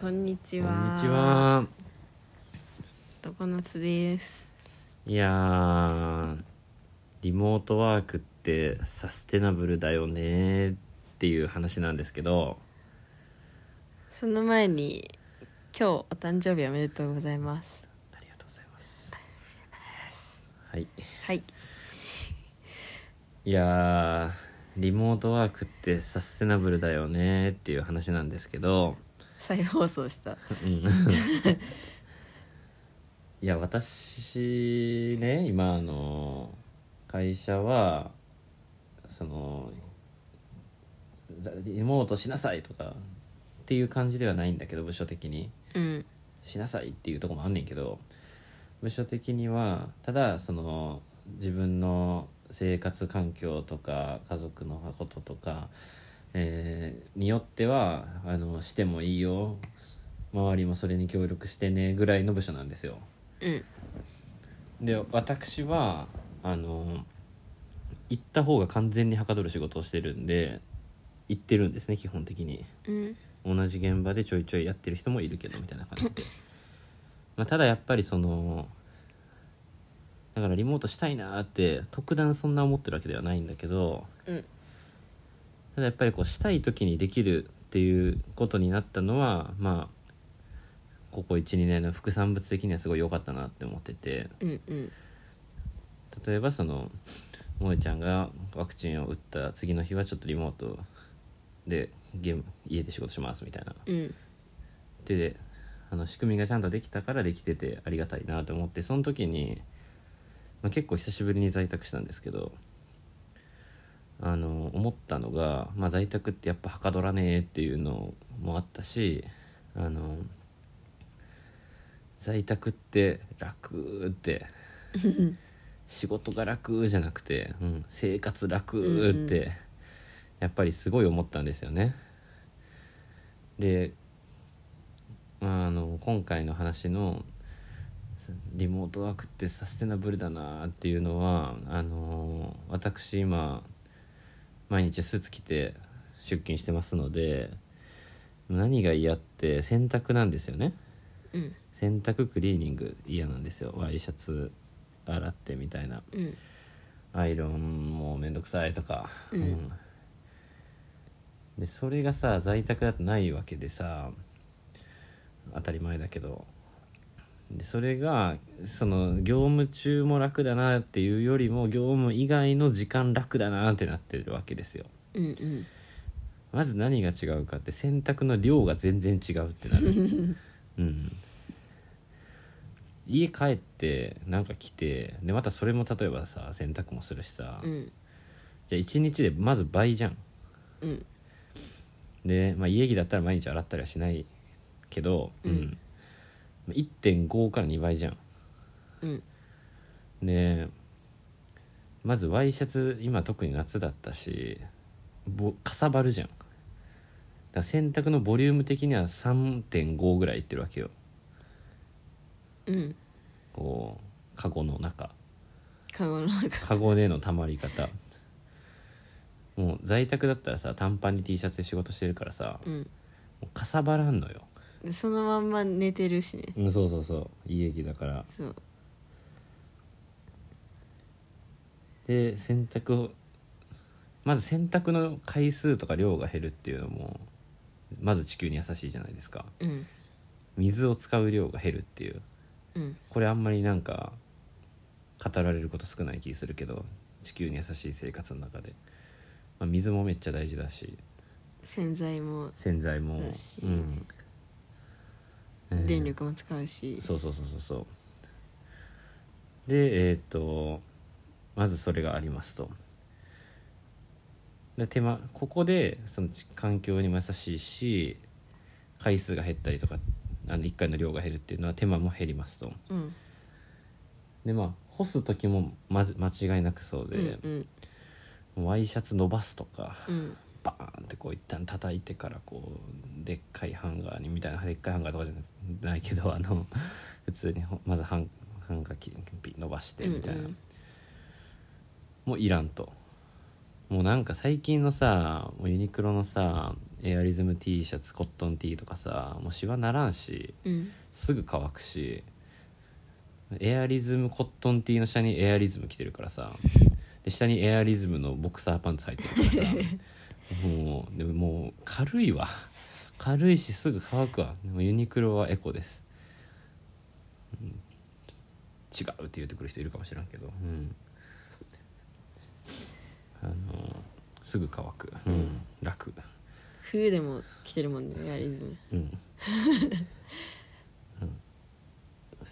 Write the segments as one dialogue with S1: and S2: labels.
S1: こんにち
S2: こん
S1: は。
S2: にち。は。
S1: 常夏です。
S2: いやー、リモートワークってサステナブルだよねっていう話なんですけど、
S1: その前に今日お誕生日おめでとうございます。
S2: ありがとうございます。はい。
S1: はい。
S2: いやー、リモートワークってサステナブルだよねっていう話なんですけど、
S1: 再放送した。
S2: うん いや私ね今あの会社はそのざリモートしなさいとかっていう感じではないんだけど部署的に
S1: うん。
S2: しなさいっていうとこもあんねんけど部署的にはただその自分の生活環境とか家族のこととか、えーによってはあのしてもいいよ周りもそれに協力してねぐらいの部署なんですよ。
S1: うん。
S2: で私はあの行った方が完全にはかどる仕事をしてるんで行ってるんですね基本的に。
S1: うん。
S2: 同じ現場でちょいちょいやってる人もいるけどみたいな感じで、まあ、ただやっぱりそのだからリモートしたいなーって特段そんな思ってるわけではないんだけど
S1: うん。
S2: ただやっぱりこうしたい時にできるっていうことになったのはまあここ12年の副産物的にはすごい良かったなって思ってて
S1: うん。うん。
S2: 例えばその萌ちゃんがワクチンを打った次の日はちょっとリモートでゲーム家で仕事しますみたいな
S1: うん。
S2: であの仕組みがちゃんとできたからできててありがたいなと思ってその時に、まあ、結構久しぶりに在宅したんですけどあの思ったのが、まあ、在宅ってやっぱはかどらねえっていうのもあったしあの在宅って楽って仕事が楽じゃなくて、うん、生活楽って、やっぱりすごい思ったんですよね。であの今回の話のリモートワークってサステナブルだなっていうのはあの私今毎日スーツ着て出勤してますので何が嫌って洗濯なんですよね
S1: うん。
S2: 洗濯クリーニング嫌なんですよワイシャツ洗ってみたいな
S1: うん。
S2: アイロンもめんどくさいとか、
S1: うん
S2: でそれがさ在宅だとないわけでさ当たり前だけどでそれがその業務中も楽だなっていうよりも業務以外の時間楽だなってなってるわけですよ
S1: うん。うん。
S2: まず何が違うかって洗濯の量が全然違うってなる うん家帰ってなんか来てでまたそれも例えばさ洗濯もするしさ、
S1: うん。
S2: じゃあ1日でまず倍じゃん
S1: うん。
S2: で、まあ、家着だったら毎日洗ったりはしないけど、う
S1: うん
S2: ん1.5から2倍じゃん
S1: うん。
S2: でまずワイシャツ今特に夏だったしぼかさばるじゃんだから洗濯のボリューム的には3.5ぐらいいってるわけよ
S1: うん。
S2: こうカゴの中
S1: カゴの中。
S2: カゴでのたまり方もう在宅だったらさ短パンに T シャツで仕事してるからさ
S1: うん。
S2: もうかさばらんのよ
S1: でそのまんま寝てるしね。
S2: うん、そうそうそう家着だから
S1: そう。
S2: で洗濯をまず洗濯の回数とか量が減るっていうのもまず地球に優しいじゃないですか
S1: うん。
S2: 水を使う量が減るっていう
S1: うん。
S2: これあんまりなんか語られること少ない気するけど地球に優しい生活の中で、まあ、水もめっちゃ大事だし
S1: 洗剤も
S2: 洗剤も
S1: だし
S2: うんうん
S1: 電力も使うし。
S2: そうそうそうそうそうでえーっとまずそれがありますとで手間ここでそのち環境にも優しいし回数が減ったりとかあの1回の量が減るっていうのは手間も減りますと
S1: うん。
S2: でまあ干す時もまず間違いなくそう
S1: うん
S2: で。、
S1: うん。
S2: ワイシャツ伸ばすとか
S1: うん。
S2: バーンってこう一旦叩いてからこうでっかいハンガーにみたいなでっかいハンガーとかじゃないけどあの 普通にほまずハンハンガー切り伸ばしてみたいな、
S1: うんうん
S2: もういらんともうなんか最近のさもうユニクロのさエアリズム T シャツコットン T とかさもうシワならんし
S1: うん
S2: すぐ乾くしエアリズムコットン T の下にエアリズム着てるからさで下にエアリズムのボクサーパンツ履いてるからさもうでももう軽いわ軽いしすぐ乾くわでもユニクロはエコです、うんち違うって言ってくる人いるかもしれんけど、うん、あのすぐ乾く、うん
S1: うん
S2: 楽
S1: 冬でも着てるもんねエアリズム
S2: うん、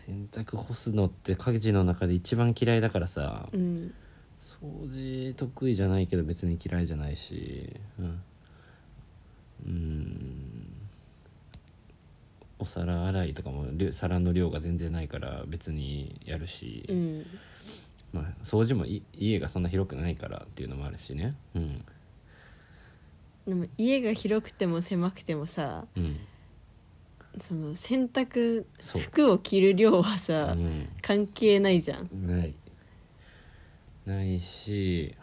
S2: 洗濯干すのって家事の中で一番嫌いだからさ、
S1: うん
S2: 掃除得意じゃないけど別に嫌いじゃないしうん、うん、お皿洗いとかもりゅ皿の量が全然ないから別にやるし、
S1: うん
S2: まあ、掃除もい家がそんな広くないからっていうのもあるしねうん
S1: でも家が広くても狭くてもさ
S2: うん
S1: その洗濯
S2: そう
S1: 服を着る量はさ、
S2: うん
S1: 関係ないじゃん
S2: ないないし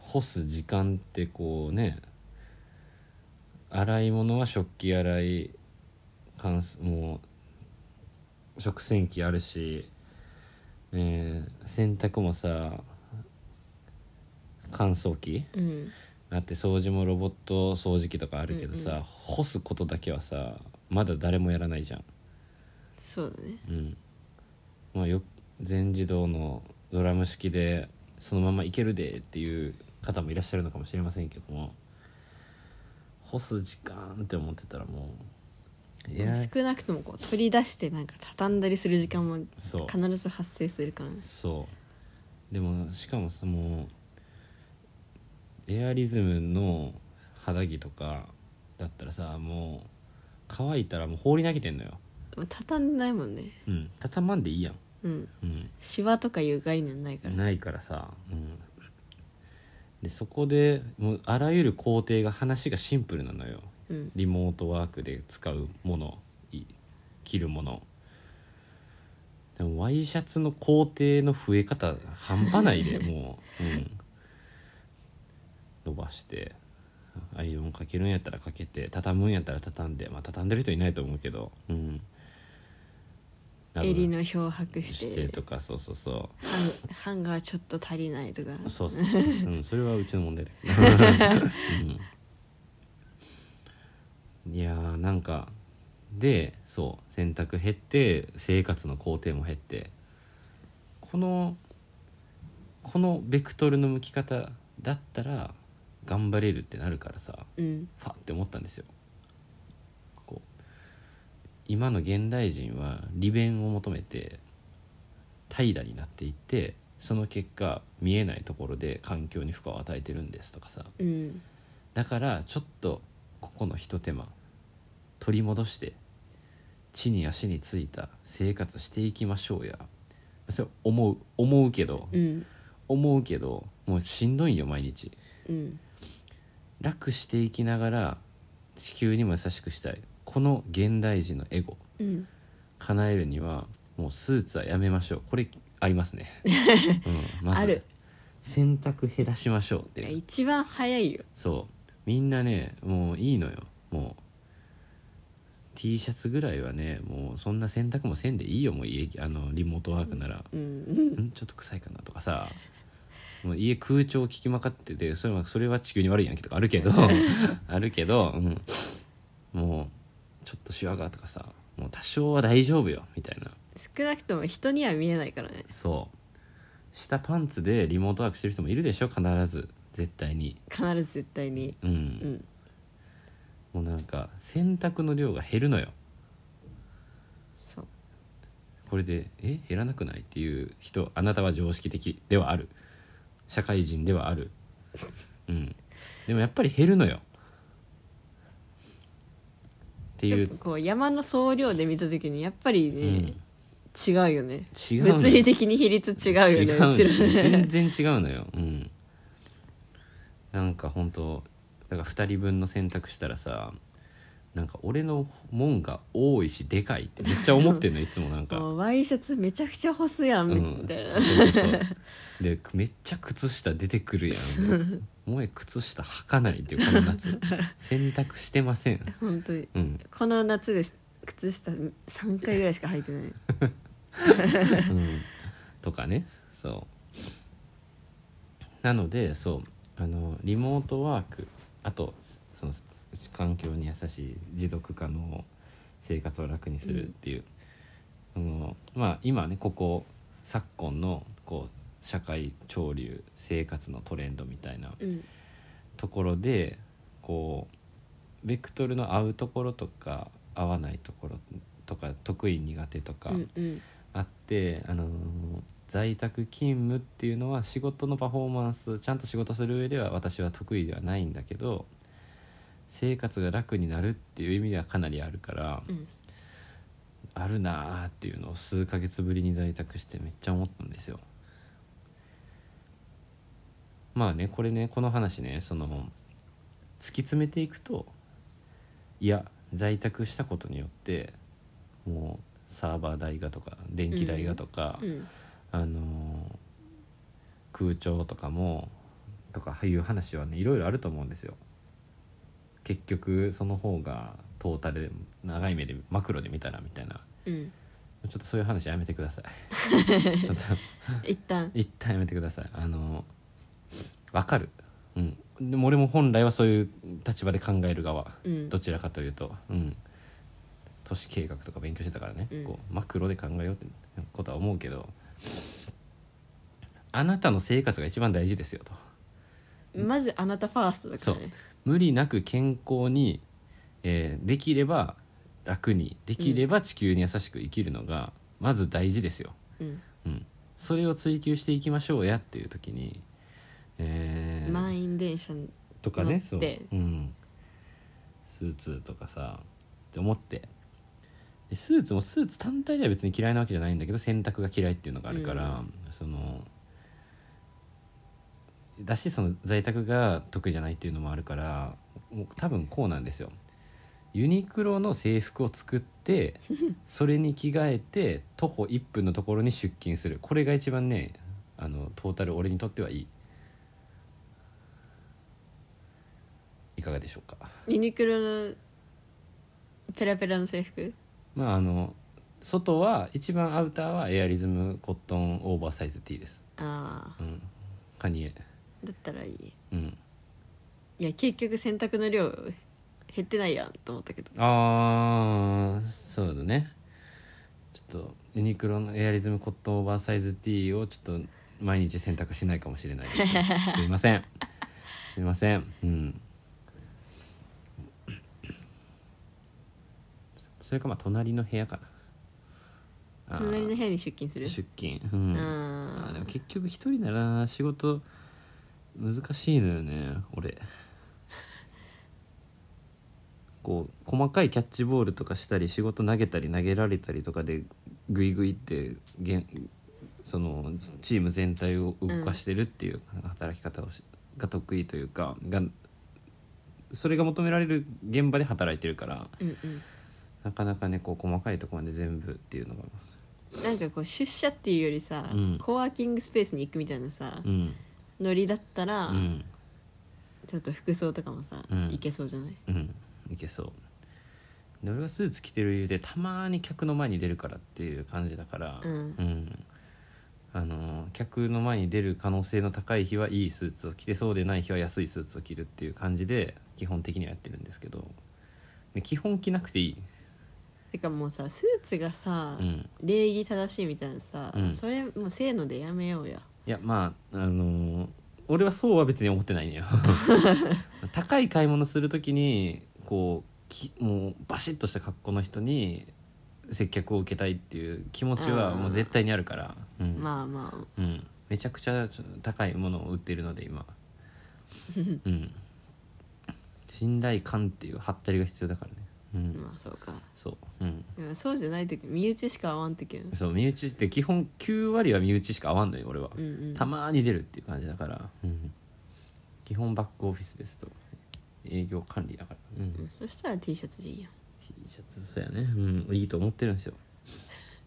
S2: 干す時間ってこうね洗い物は食器洗い乾燥もう食洗機あるし、えー洗濯もさ乾燥機
S1: うん
S2: あって掃除もロボット掃除機とかあるけどさ、
S1: うんうん
S2: 干すことだけはさまだ誰もやらないじゃん。
S1: そうだね
S2: うんまあ、よ全自動のドラム式でそのままいけるでっていう方もいらっしゃるのかもしれませんけども干す時間って思ってたらもういや
S1: 少なくともこう取り出してなんか畳んだりする時間も
S2: そう
S1: 必ず発生するからね
S2: そうでもしかもそのエアリズムの肌着とかだったらさもう乾いたらもう放り投げてんのよ、
S1: まあ畳んでないもんね
S2: うん、畳まんでいいやん、
S1: うん
S2: うん、
S1: シワとかいう概念ないから
S2: ないからさ、うん、でそこでもうあらゆる工程が話がシンプルなのよ
S1: うん
S2: リモートワークで使うものい着るものでもワイシャツの工程の増え方半端な いでもう、うん、伸ばしてアイロンかけるんやったらかけて畳むんやったら畳んでまあ畳んでる人いないと思うけどうん
S1: 襟の漂白し
S2: しててとかそうそうそう
S1: ハンハンガーちょっと足りないとか
S2: そうそう、うん、それはうちの問題だけど、うんいやーなんかでそう洗濯減って生活の工程も減ってこのこのベクトルの向き方だったら頑張れるってなるからさ
S1: うん
S2: ファって思ったんですよこう今の現代人は利便を求めて平らになっていってその結果見えないところで環境に負荷を与えてるんですとかさ
S1: うん
S2: だからちょっとここのひと手間取り戻して地に足についた生活していきましょうやそれ思う思うけど
S1: うん
S2: 思うけどもうしんどいんよ毎日
S1: うん
S2: 楽していきながら地球にも優しくしたいこの現代人のエゴ
S1: うん
S2: 叶えるにはもうスーツはやめましょうこれあり ますね、うん、まず
S1: ある
S2: 洗濯減らしましょうっ
S1: い
S2: て
S1: や
S2: いう
S1: 一番早いよ
S2: そうみんなねもういいのよもう T シャツぐらいはねもうそんな洗濯もせんでいいよもう家あのリモートワークなら、
S1: うん
S2: んちょっと臭いかなとかさもう家空調聞きまかっててそれはそれは地球に悪いやんけとかあるけどあるけど、うん、もうちょっとシワがとかさもう多少は大丈夫よみたいな
S1: 少なくとも人には見えないからね
S2: そう下パンツでリモートワークしてる人もいるでしょ必ず絶対に
S1: 必ず絶対に
S2: うん、
S1: うん
S2: もうなんか洗濯の量が減るのよ
S1: そう
S2: これでえ減らなくないっていう人あなたは常識的ではある社会人で はあるうんでもやっぱり減るのよってい
S1: やっ
S2: う
S1: ぱこう山の総量で見た時にやっぱり
S2: うん、
S1: ね、違うよね
S2: 違うのよ
S1: 物理的に比率違うよね
S2: 違う
S1: うちら
S2: 全
S1: ね
S2: 然違うのようんなんか本当だから2人分の選択したらさなんか俺の門が多いしでかいってめっちゃ思ってんのいつもな んか
S1: もうワイシャツめちゃくちゃ干すやんみたいな、
S2: そうそうそうでめっちゃ靴下出てくるやんもうえ靴下履かないでこの夏洗濯してません
S1: 本当に
S2: うん、
S1: この夏です靴下3回ぐらいしか履いてない
S2: うん、とかねそうなのでそうあのリモートワークあとその環境に優しい持続可能生活を楽にするっていう、あのまあ今ねここ昨今のこう社会潮流生活のトレンドみたいな、
S1: うん
S2: ところでこうベクトルの合うところとか合わないところとか得意苦手とか
S1: うんうん
S2: あって、あのー在宅勤務っていうのは仕事のパフォーマンスちゃんと仕事する上では私は得意ではないんだけど生活が楽になるっていう意味ではかなりあるから、
S1: うん
S2: あるなーっていうのを数ヶ月ぶりに在宅してめっちゃ思ったんですよ。まあねこれねこの話ねその突き詰めていくといや在宅したことによってもうサーバー代がとか電気代がとか、
S1: うん
S2: あのー空調とかもとかいう話はねいろいろあると思うんですよ。結局その方がトータル長い目でマクロで見たらみたいな
S1: うん
S2: ちょっとそういう話やめてくださ いちょっと
S1: 一旦
S2: 一旦やめてくださいあのわかるうんでも俺も本来はそういう立場で考える側、
S1: うん
S2: どちらかというとうん都市計画とか勉強してたからね、
S1: うん
S2: こうマクロで考えようってことは思うけどあなたの生活が一番大事ですよと
S1: まずあなたファーストだからね
S2: 無理なく健康に、えーできれば楽にできれば地球に優しく生きるのがまず大事ですよ、
S1: うん
S2: うん、それを追求していきましょうやっていう時に、えー
S1: 満員電車の
S2: とかね
S1: 乗
S2: そ
S1: っ
S2: う、
S1: て
S2: うん、スーツとかさって思ってでスーツもスーツ単体では別に嫌いなわけじゃないんだけど洗濯が嫌いっていうのがあるから、そのだしその在宅が得意じゃないっていうのもあるからもう多分こうなんですよユニクロの制服を作ってそれに着替えて徒歩1分のところに出勤するこれが一番ねあのトータル俺にとってはいいいかがでしょうか
S1: ユニクロのペラペラの制服
S2: まああの外は一番アウターはエアリズムコットンオーバーサイズ T です
S1: ああ
S2: うんカニエ
S1: だったらいい
S2: うん
S1: いや結局洗濯の量減ってないやんと思ったけど
S2: あーそうだねちょっとユニクロのエアリズムコットンオーバーサイズ T をちょっと毎日洗濯しないかもしれないですね すいませんすいませんうんそれかまあ隣の部屋かなあー
S1: 隣の部屋に出勤する
S2: 出勤うん
S1: あ
S2: あー
S1: ー
S2: でも結局一人なら仕事難しいのよね俺 こう細かいキャッチボールとかしたり仕事投げたり投げられたりとかでグイグイってげんそのチーム全体を動かしてるっていう働き方をしが得意というかがそれが求められる現場で働いてるから
S1: うんうん
S2: なかなかねこう細かいところまで全部っていうのが
S1: なんかこう出社っていうよりさ、
S2: うん
S1: コワーキングスペースに行くみたいなさ、
S2: うん
S1: ノリだったら、
S2: うん
S1: ちょっと服装とかもさ、
S2: うん
S1: いけそうじゃない
S2: うんいけそうで俺がスーツ着てる理由でたまに客の前に出るからっていう感じだから
S1: うん
S2: んあのー客の前に出る可能性の高い日はいいスーツを着てそうでない日は安いスーツを着るっていう感じで基本的にはやってるんですけどで基本着なくていい
S1: てかもうさスーツがさ、
S2: うん
S1: 礼儀正しいみたいなさ、
S2: うん
S1: それもうせーのでやめようや
S2: いやまああのー俺はそうは別に思ってない のよ高い買い物するときにこうきもうバシッとした格好の人に接客を受けたいっていう気持ちは
S1: あー
S2: もう絶対にあるから、うん
S1: まあまあ
S2: うん、めちゃくちゃ高いものを売ってるので 今うん信頼感っていうハったりが必要だからねうん
S1: まあそうか
S2: そううん
S1: でもそうじゃない時身内しか合わん時うん
S2: そう身内って基本9割は身内しか合わんのよ俺は、
S1: うん
S2: たまに出るっていう感じだから、基本バックオフィスですと営業管理だから、うん、
S1: そしたら T シャツでいいよ
S2: T シャツそうやね、うん、いいと思ってるんですよ、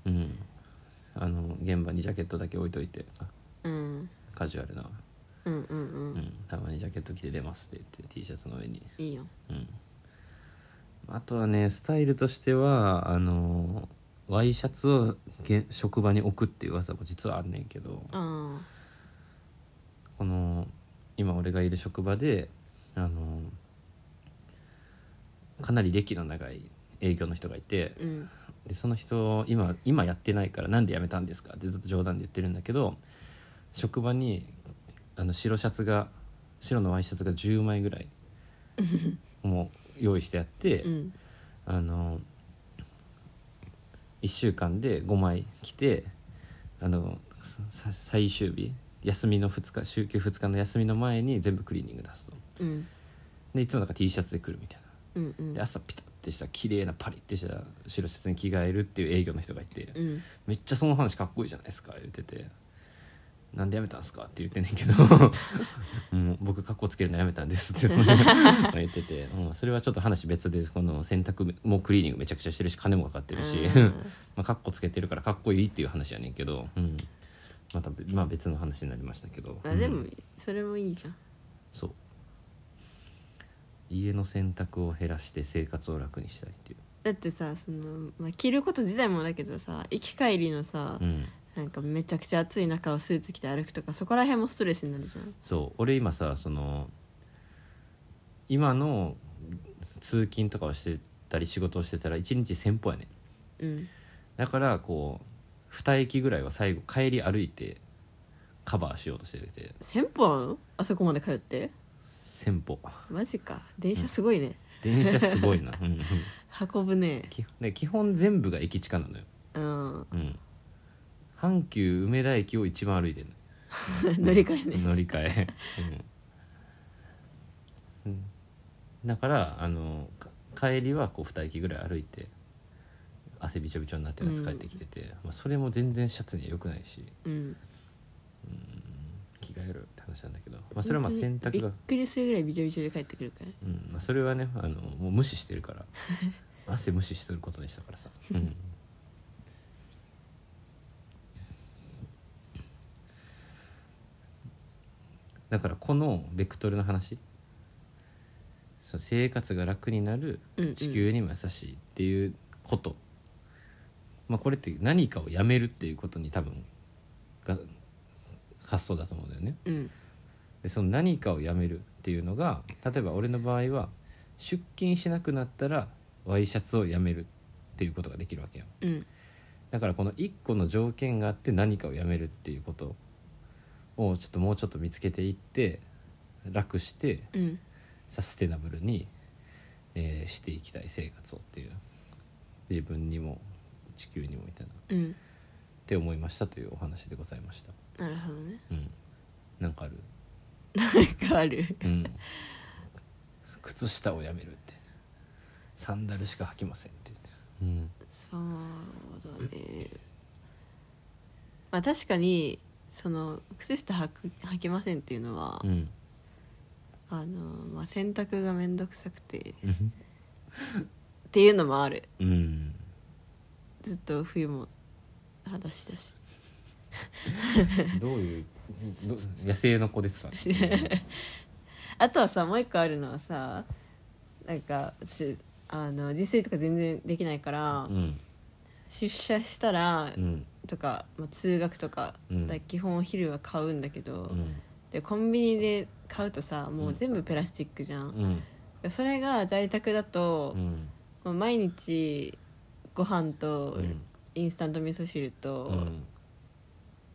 S2: うん、あの現場にジャケットだけ置いといて
S1: うん
S2: カジュアルな、
S1: うんうんうん、
S2: うん、たまにジャケット着て出ますって言って T シャツの上に、
S1: いいよ
S2: うん、あとはねスタイルとしてはあのワイシャツをげ職場に置くっていう噂も実はあんねんけど
S1: あ
S2: この今俺がいる職場であのかなり歴の長い営業の人がいて
S1: あうん
S2: でその人今今やってないからなんで辞めたんですかってずっと冗談で言ってるんだけど職場にあの白シャツが白のワイシャツが10枚ぐらいもう用意してあって、
S1: うん
S2: あの1週間で5枚来てあのさ最終日休みの2日週休2日の休みの前に全部クリーニング出すと
S1: うん
S2: でいつもなんか T シャツで来るみたいな
S1: うんうん
S2: で朝ピタッてした綺麗なパリッてした白シャツに着替えるっていう営業の人がいて、
S1: うん
S2: めっちゃその話かっこいいじゃないですか言ってて「なんでやめたんすか?」って言ってんねんけど 「もう僕かっこつけるのやめたんです」ってその言ってて、うん、それはちょっと話別でこの洗濯もクリーニングめちゃくちゃしてるし金もかかってるし
S1: うん
S2: まあかっこつけてるからかっこいいっていう話やねんけど、うん、また、まあ、別の話になりましたけど
S1: あで
S2: う
S1: も
S2: ん
S1: それもいいじゃん
S2: そう家の洗濯を減らして生活を楽にしたいっていう、
S1: だってさその、まあ、着ること自体もだけどさ行き帰りのさ、
S2: うん、
S1: なんかめちゃくちゃ暑い中をスーツ着て歩くとかそこら辺もストレスになるじゃん
S2: そう俺今さその今の通勤とかをしてたり仕事をしてたら1日1,000歩やねん
S1: うん
S2: だからこう2駅ぐらいは最後帰り歩いてカバーしようとしてて
S1: 先歩なのあそこまで通って
S2: 1,000歩
S1: マジか電車すごいね、
S2: 電車すごいなうんうん
S1: 運ぶね
S2: 基本で基本全部が駅近なのよ
S1: うん
S2: うん阪急梅田駅を一番歩いてる
S1: 乗り換えね
S2: 乗り換 え、うんうんだからあのか帰りはこう2駅ぐらい歩いて汗びちょびちょになってるやつ帰ってきてて、まあ、それも全然シャツには良くないし
S1: うん
S2: 着替えるって話なんだけど、まあ、それはまあ洗
S1: び
S2: 濯
S1: っ
S2: が、
S1: くりするぐらいびちょびちょで帰ってくるから
S2: うんまあ、それはねあのもう無視してるから 汗無視することにしたからさ、うん、だからこのベクトルの話そう生活が楽になる
S1: うんうん
S2: 地球にも優しいっていうこと、まあ、これって何かをやめるっていうことに多分が発想だと思うんだよね。
S1: うん
S2: でその何かをやめるっていうのが例えば俺の場合は出勤しなくなったらワイシャツをやめるっていうことができるわけよ
S1: うん
S2: だからこの1個の条件があって何かをやめるっていうことをちょっともうちょっと見つけていって楽して
S1: うん
S2: サステナブルに、えーしていきたい生活をっていう自分にも地球にもみたいなっ
S1: うん
S2: て思いましたというお話でございました
S1: なるほどね
S2: うんなんかある
S1: 変わる
S2: うん、靴下をやめるってサンダルしか履きませんって、うん、
S1: そうだねまあ確かにその靴下履く履けませんっていうのは、
S2: うん、
S1: あの、まあ、洗濯がめんどくさくてっていうのもある
S2: うん、
S1: ずっと冬も裸足だし
S2: どういうど野生の子ですか、
S1: あとはさもう一個あるのはさなんか私あの自炊とか全然できないから、
S2: うん
S1: 出社したら
S2: うん
S1: とか、まあ、通学とか,、
S2: うん
S1: 基本昼は買うんだけど、
S2: うん
S1: でコンビニで買うとさもう全部プラスチックじゃん、
S2: うん
S1: それが在宅だと、
S2: うん
S1: もう毎日ご飯と
S2: うん
S1: インスタント味噌汁と
S2: う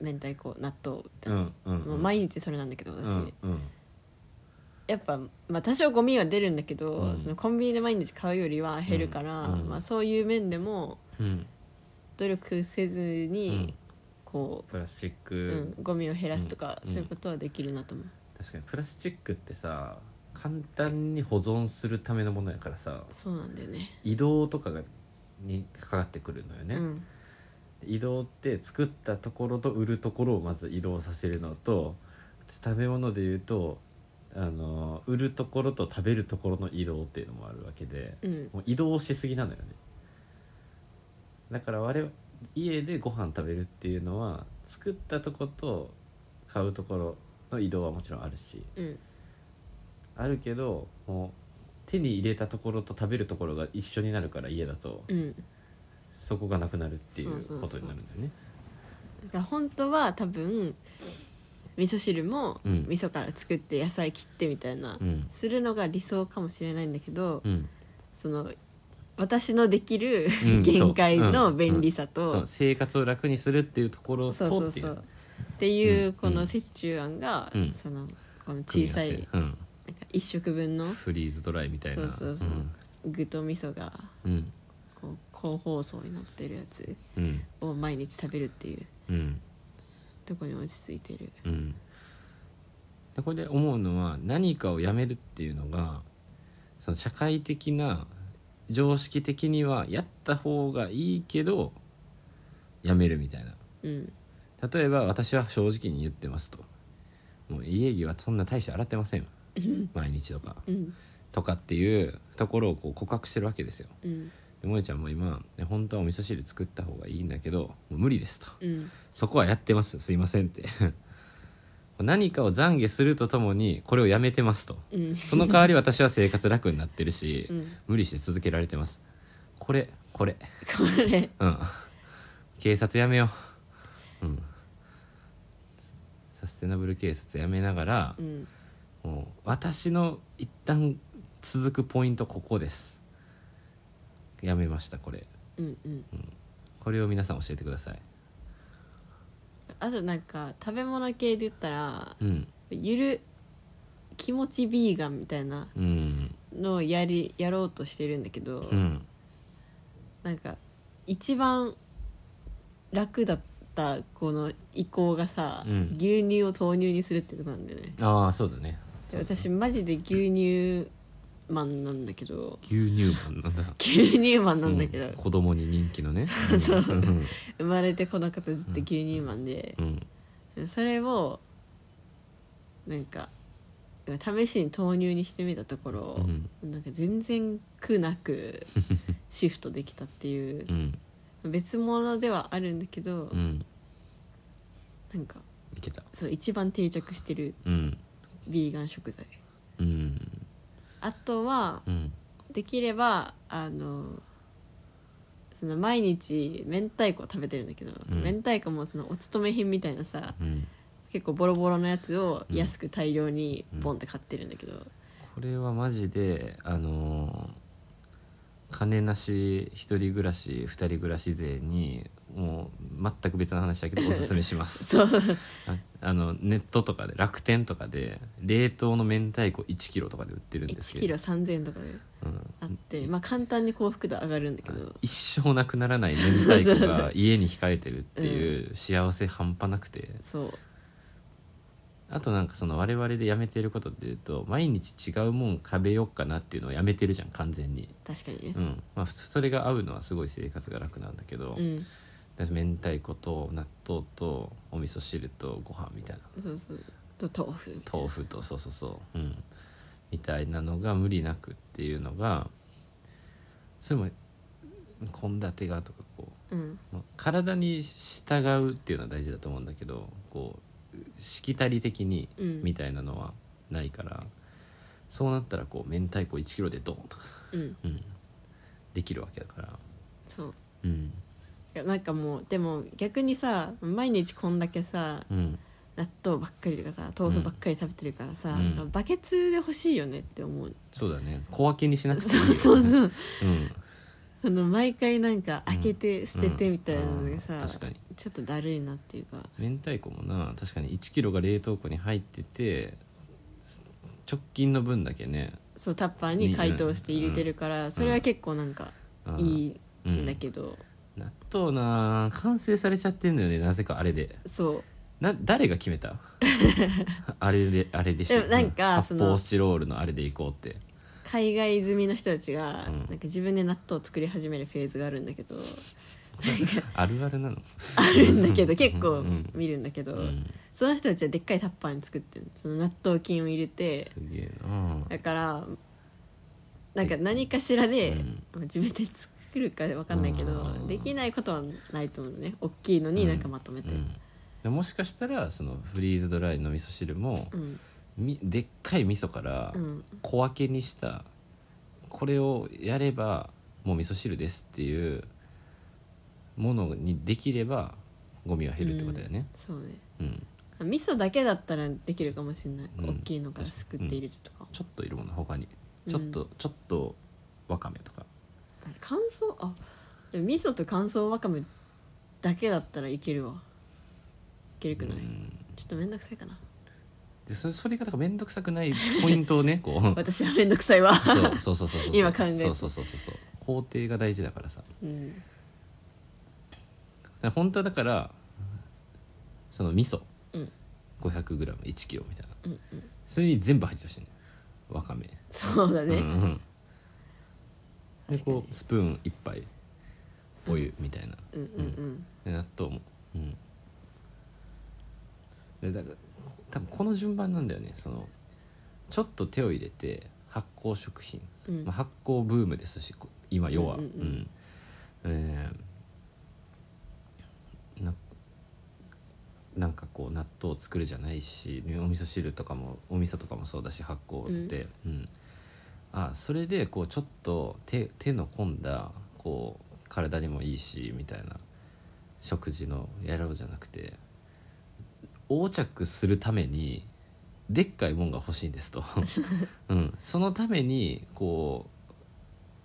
S2: ん
S1: 明太子納豆みた
S2: う
S1: いな、
S2: んうん
S1: もう毎日それなんだけど私、
S2: うんうん
S1: やっぱ、まあ、多少ゴミは出るんだけど、
S2: うん
S1: そのコンビニで毎日買うよりは減るから、
S2: うんうん
S1: まあ、そういう面でも
S2: うん
S1: 努力せず
S2: うん
S1: に、こ
S2: プラスチック、
S1: う、うん、ゴミを減らすとか、
S2: うん
S1: そういうことはできるなと思う、
S2: 確かにプラスチックってさ簡単に保存するためのものやからさ
S1: そうなんだよね
S2: 移動とかがにかかってくるのよね、
S1: うん
S2: 移動って作ったところと売るところをまず移動させるのと食べ物でいうとあの売るところと食べるところの移動っていうのもあるわけで、
S1: うん
S2: もう移動しすぎなのよねだから我々家でご飯食べるっていうのは作ったとこと買うところの移動はもちろんあるし
S1: うん
S2: あるけどもう手に入れたところと食べるところが一緒になるから家だと
S1: うん
S2: そこがなくなるってい
S1: そう
S2: う
S1: そうそう
S2: ことになるんだよね
S1: だから本当は多分味噌汁も
S2: うん
S1: 味噌から作って野菜切ってみたいな、
S2: うん
S1: するのが理想かもしれないんだけど、
S2: うん
S1: その私のできる、
S2: うん
S1: 限界
S2: そうう
S1: の
S2: ん
S1: 便利さ
S2: そ
S1: と
S2: う、生活を楽にするっていうところ
S1: そうそ
S2: と
S1: う
S2: ってい
S1: そううっていううんこの折衷案が、
S2: うん
S1: そのこの小
S2: 組み合
S1: さ
S2: わせ
S1: いなんか
S2: うん、
S1: 1食分の
S2: フリーズドライみたいな
S1: そうそうそう具と味噌が
S2: うんうん
S1: こう高包装になってるやつ
S2: うん
S1: を毎日食べるっていう
S2: うん
S1: とこに落ち着いてる
S2: うんでこれで思うのは何かをやめるっていうのがその社会的な常識的にはやった方がいいけどやめるみたいな
S1: うん
S2: 例えば私は正直に言ってますともう家着はそんな大して洗ってません毎日とか
S1: うん
S2: とかっていうところをこう告白してるわけですよ
S1: うん
S2: で萌ちゃんも今ね本当はお味噌汁作った方がいいんだけどもう無理ですと
S1: うん
S2: そこはやってますすいませんって 何かを懺悔するとともにこれをやめてますと
S1: うん
S2: その代わり私は生活楽になってるし、
S1: うん
S2: 無理して続けられてますこれこれ
S1: これ
S2: うん警察やめよううんサステナブル警察やめながら
S1: う、ん
S2: もう私の一旦続くポイントここですやめましたこれ
S1: うんうん
S2: これを皆さん教えてください
S1: あとなんか食べ物系で言ったら
S2: うん
S1: ゆる気持ちビーガンみたいな
S2: うん
S1: のをやりやろうとしてるんだけど、
S2: うん
S1: なんか一番楽だったこの移行がさ、
S2: うん
S1: 牛乳を豆乳にするってことなんだよね
S2: ああそうだね
S1: で私マジで牛乳マンなんだけど
S2: 牛乳マンなんだ
S1: 牛乳マンなんだけど、
S2: う子供に人気のね そううん
S1: 生まれてこなかったずっと牛乳マンで
S2: う、ん
S1: それをなんか試しに豆乳にしてみたところ、なんか全然苦なくシフトできたっていう
S2: うん
S1: 別物ではあるんだけど、
S2: うん
S1: なんか
S2: いけた
S1: そう一番定着してる
S2: うん
S1: ビーガン食材
S2: うん
S1: あとは
S2: うん
S1: できればあのその毎日明太子を食べてるんだけど、
S2: うん
S1: 明太子もそのお勤め品みたいなさ
S2: うん
S1: 結構ボロボロのやつを
S2: うん
S1: 安く大量にボンって買ってるんだけど、
S2: これはマジであのー金なし一人暮らし二人暮らし税にもう全く別の話だ けどおすすめします
S1: そう
S2: ああのネットとかで楽天とかで冷凍の明太子1キロとかで売ってるんです
S1: 1
S2: け
S1: キロ
S2: ど、
S1: 3000円とかで
S2: うん、
S1: あって、まあ、簡単に幸福度上がるんだけど
S2: 一生なくならない明太子が家に控えてるっていう幸せ半端なくて
S1: そう
S2: あとなんかその我々でやめてることっていうと毎日違うもん食べよっかなっていうのをやめてるじゃん完全に
S1: 確かにね
S2: うんまあ普通それが合うのはすごい生活が楽なんだけど、
S1: うん、
S2: だから明太子と納豆とお味噌汁とご飯みたいな
S1: そうそうと豆腐
S2: 豆腐とそうそうそううんみたいなのが無理なくっていうのがそれも献立がとかこう
S1: うん
S2: まあ体に従うっていうのは大事だと思うんだけどこうしきたり的に
S1: うん
S2: みたいなのはないから、そうなったらこう明太子1キロでドンとかさ、
S1: うん
S2: うん、できるわけだから
S1: そう
S2: うん
S1: いやなんかもうでも逆にさ毎日こんだけさ
S2: うん
S1: 納豆ばっかりとかさ豆腐ばっかり食べてるからさ、
S2: うん
S1: なんかバケツで欲しいよねって思う、
S2: そうだね小分けにしなくていいよ、
S1: そう そう
S2: う、
S1: そう
S2: うん、
S1: あの毎回なんか開けて捨ててみたいなのがさ、
S2: うんうん確かに
S1: ちょっとだるいなっていうか
S2: 明太子もな確かに1キロが冷凍庫に入ってて直近の分だけね
S1: そうタッパーに解凍して入れてるから、それは結構なんか
S2: あー
S1: いいんだけど、
S2: 納豆な完成されちゃってんだよねなぜかあれで
S1: そう
S2: な誰が決め たあれであれでし
S1: でもなんか
S2: うん
S1: そ
S2: 発
S1: の
S2: 泡スチロールのあれで行こう って
S1: 海外済みの人たちが、
S2: うん
S1: なんか自分で納豆を作り始めるフェーズがあるんだけど
S2: あるあるなの
S1: あるんだけど結
S2: う
S1: 構
S2: ん
S1: 見るんだけど、
S2: うん
S1: その人たちはでっかいタッパーに作ってるその納豆菌を入れて
S2: すげえな
S1: だからなんか何かしらで、
S2: うん
S1: まあ自分で作るか分かんないけ
S2: う
S1: ど
S2: ん
S1: できないことはないと思うのね大きいのになんかまとめて、
S2: うんでもしかしたらそのフリーズドライの味噌汁も、
S1: うん
S2: みでっかい味噌から
S1: うん
S2: 小分けにしたこれをやればもう味噌汁ですっていうものにできればゴミは減るってことだよね。
S1: そうね
S2: うん
S1: あ味噌だけだったらできるかもしれない、
S2: うん
S1: 大きいのからすくって入れるとか、
S2: ちょっといるもの他に
S1: うん
S2: ちょっと、ちょっとわかめとか
S1: あ乾燥あでも味噌と乾燥わかめだけだったらいけるわいけるくない、
S2: うん
S1: ちょっと面倒くさいかな
S2: でそそれがだから面倒くさくないポイントを ねこう
S1: 私は面倒くさいわ
S2: そうそうそうそうそう
S1: 今考えて
S2: そうそうそうそうそう工程が大事だからさ
S1: うん
S2: だから本当はだからその味噌
S1: うん
S2: 5 0 0 g 1キロみたいな、
S1: うんうん
S2: それに全部入ってたしいねわかめ、
S1: そうだね、
S2: うんうんで
S1: 確かに
S2: こうスプーン1杯お湯みたいな、
S1: うんうんうん
S2: で納豆もうんでだから多分この順番なんだよねそのちょっと手を入れて発酵食品、
S1: うん
S2: まあ、発酵ブームですしこ今要は
S1: うんうんうん
S2: うんえーななんかこう納豆を作るじゃないしお味噌汁とかもお味噌とかもそうだし発酵って、うんあそれでこうちょっと手手の込んだこう体にもいいしみたいな食事のやろうじゃなくて横着するためにでっかいもんが欲しいん ですと、うん、そのためにこ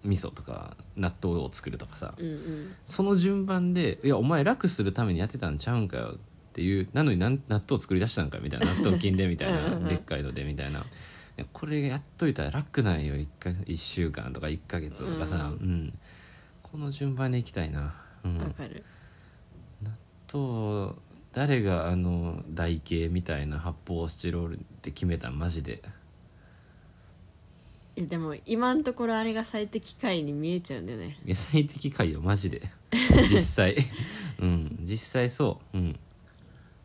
S2: う味噌とか納豆を作るとかさ、
S1: うんうん
S2: その順番で「いやお前楽するためにやってたんちゃうんかよ」っていうなのになん納豆作り出したんかみ たいな納豆菌でみたい
S1: うんうんうん
S2: なでっかいのでみたいないやこれやっといたら楽なんよ 1, か一週間とか1ヶ月とかさ、
S1: う
S2: うんこの順番でいきたいな、うん、
S1: わかる
S2: と誰があの台形みたいな発泡スチロールって決めたんマジ で
S1: いやでも今のところあれが最適解に見えちゃうんだよね
S2: 野菜的回よマ ジで実際うん実際そううん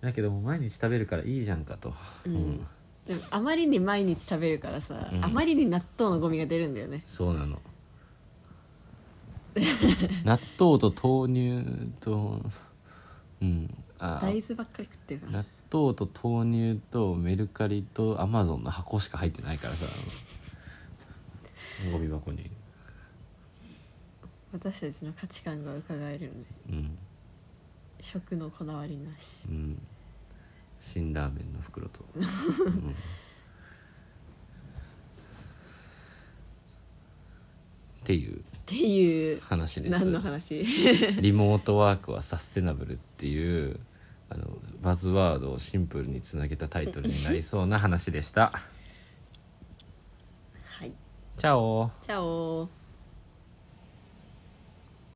S2: だけどもう毎日食べるからいいじゃんかと
S1: うんでもあまりに毎日食べるからさ、あまりに納豆のゴミが出るんだよね
S2: そうなの納豆と豆乳とうんあ
S1: 大豆ばっかり食ってるから
S2: 納豆と豆乳とメルカリとアマゾンの箱しか入ってな いからさゴミ箱に
S1: 私たちの価値観が伺えるよね
S2: うん
S1: 食のこだわりなし
S2: うん辛ラーメンの袋と、うんっていう
S1: っていう
S2: 話です
S1: 何の話
S2: リモートワークはサステナブルっていうあのバズワードをシンプルにつなげたタイトルになりそうな話でした
S1: はい
S2: チャオ
S1: チャオ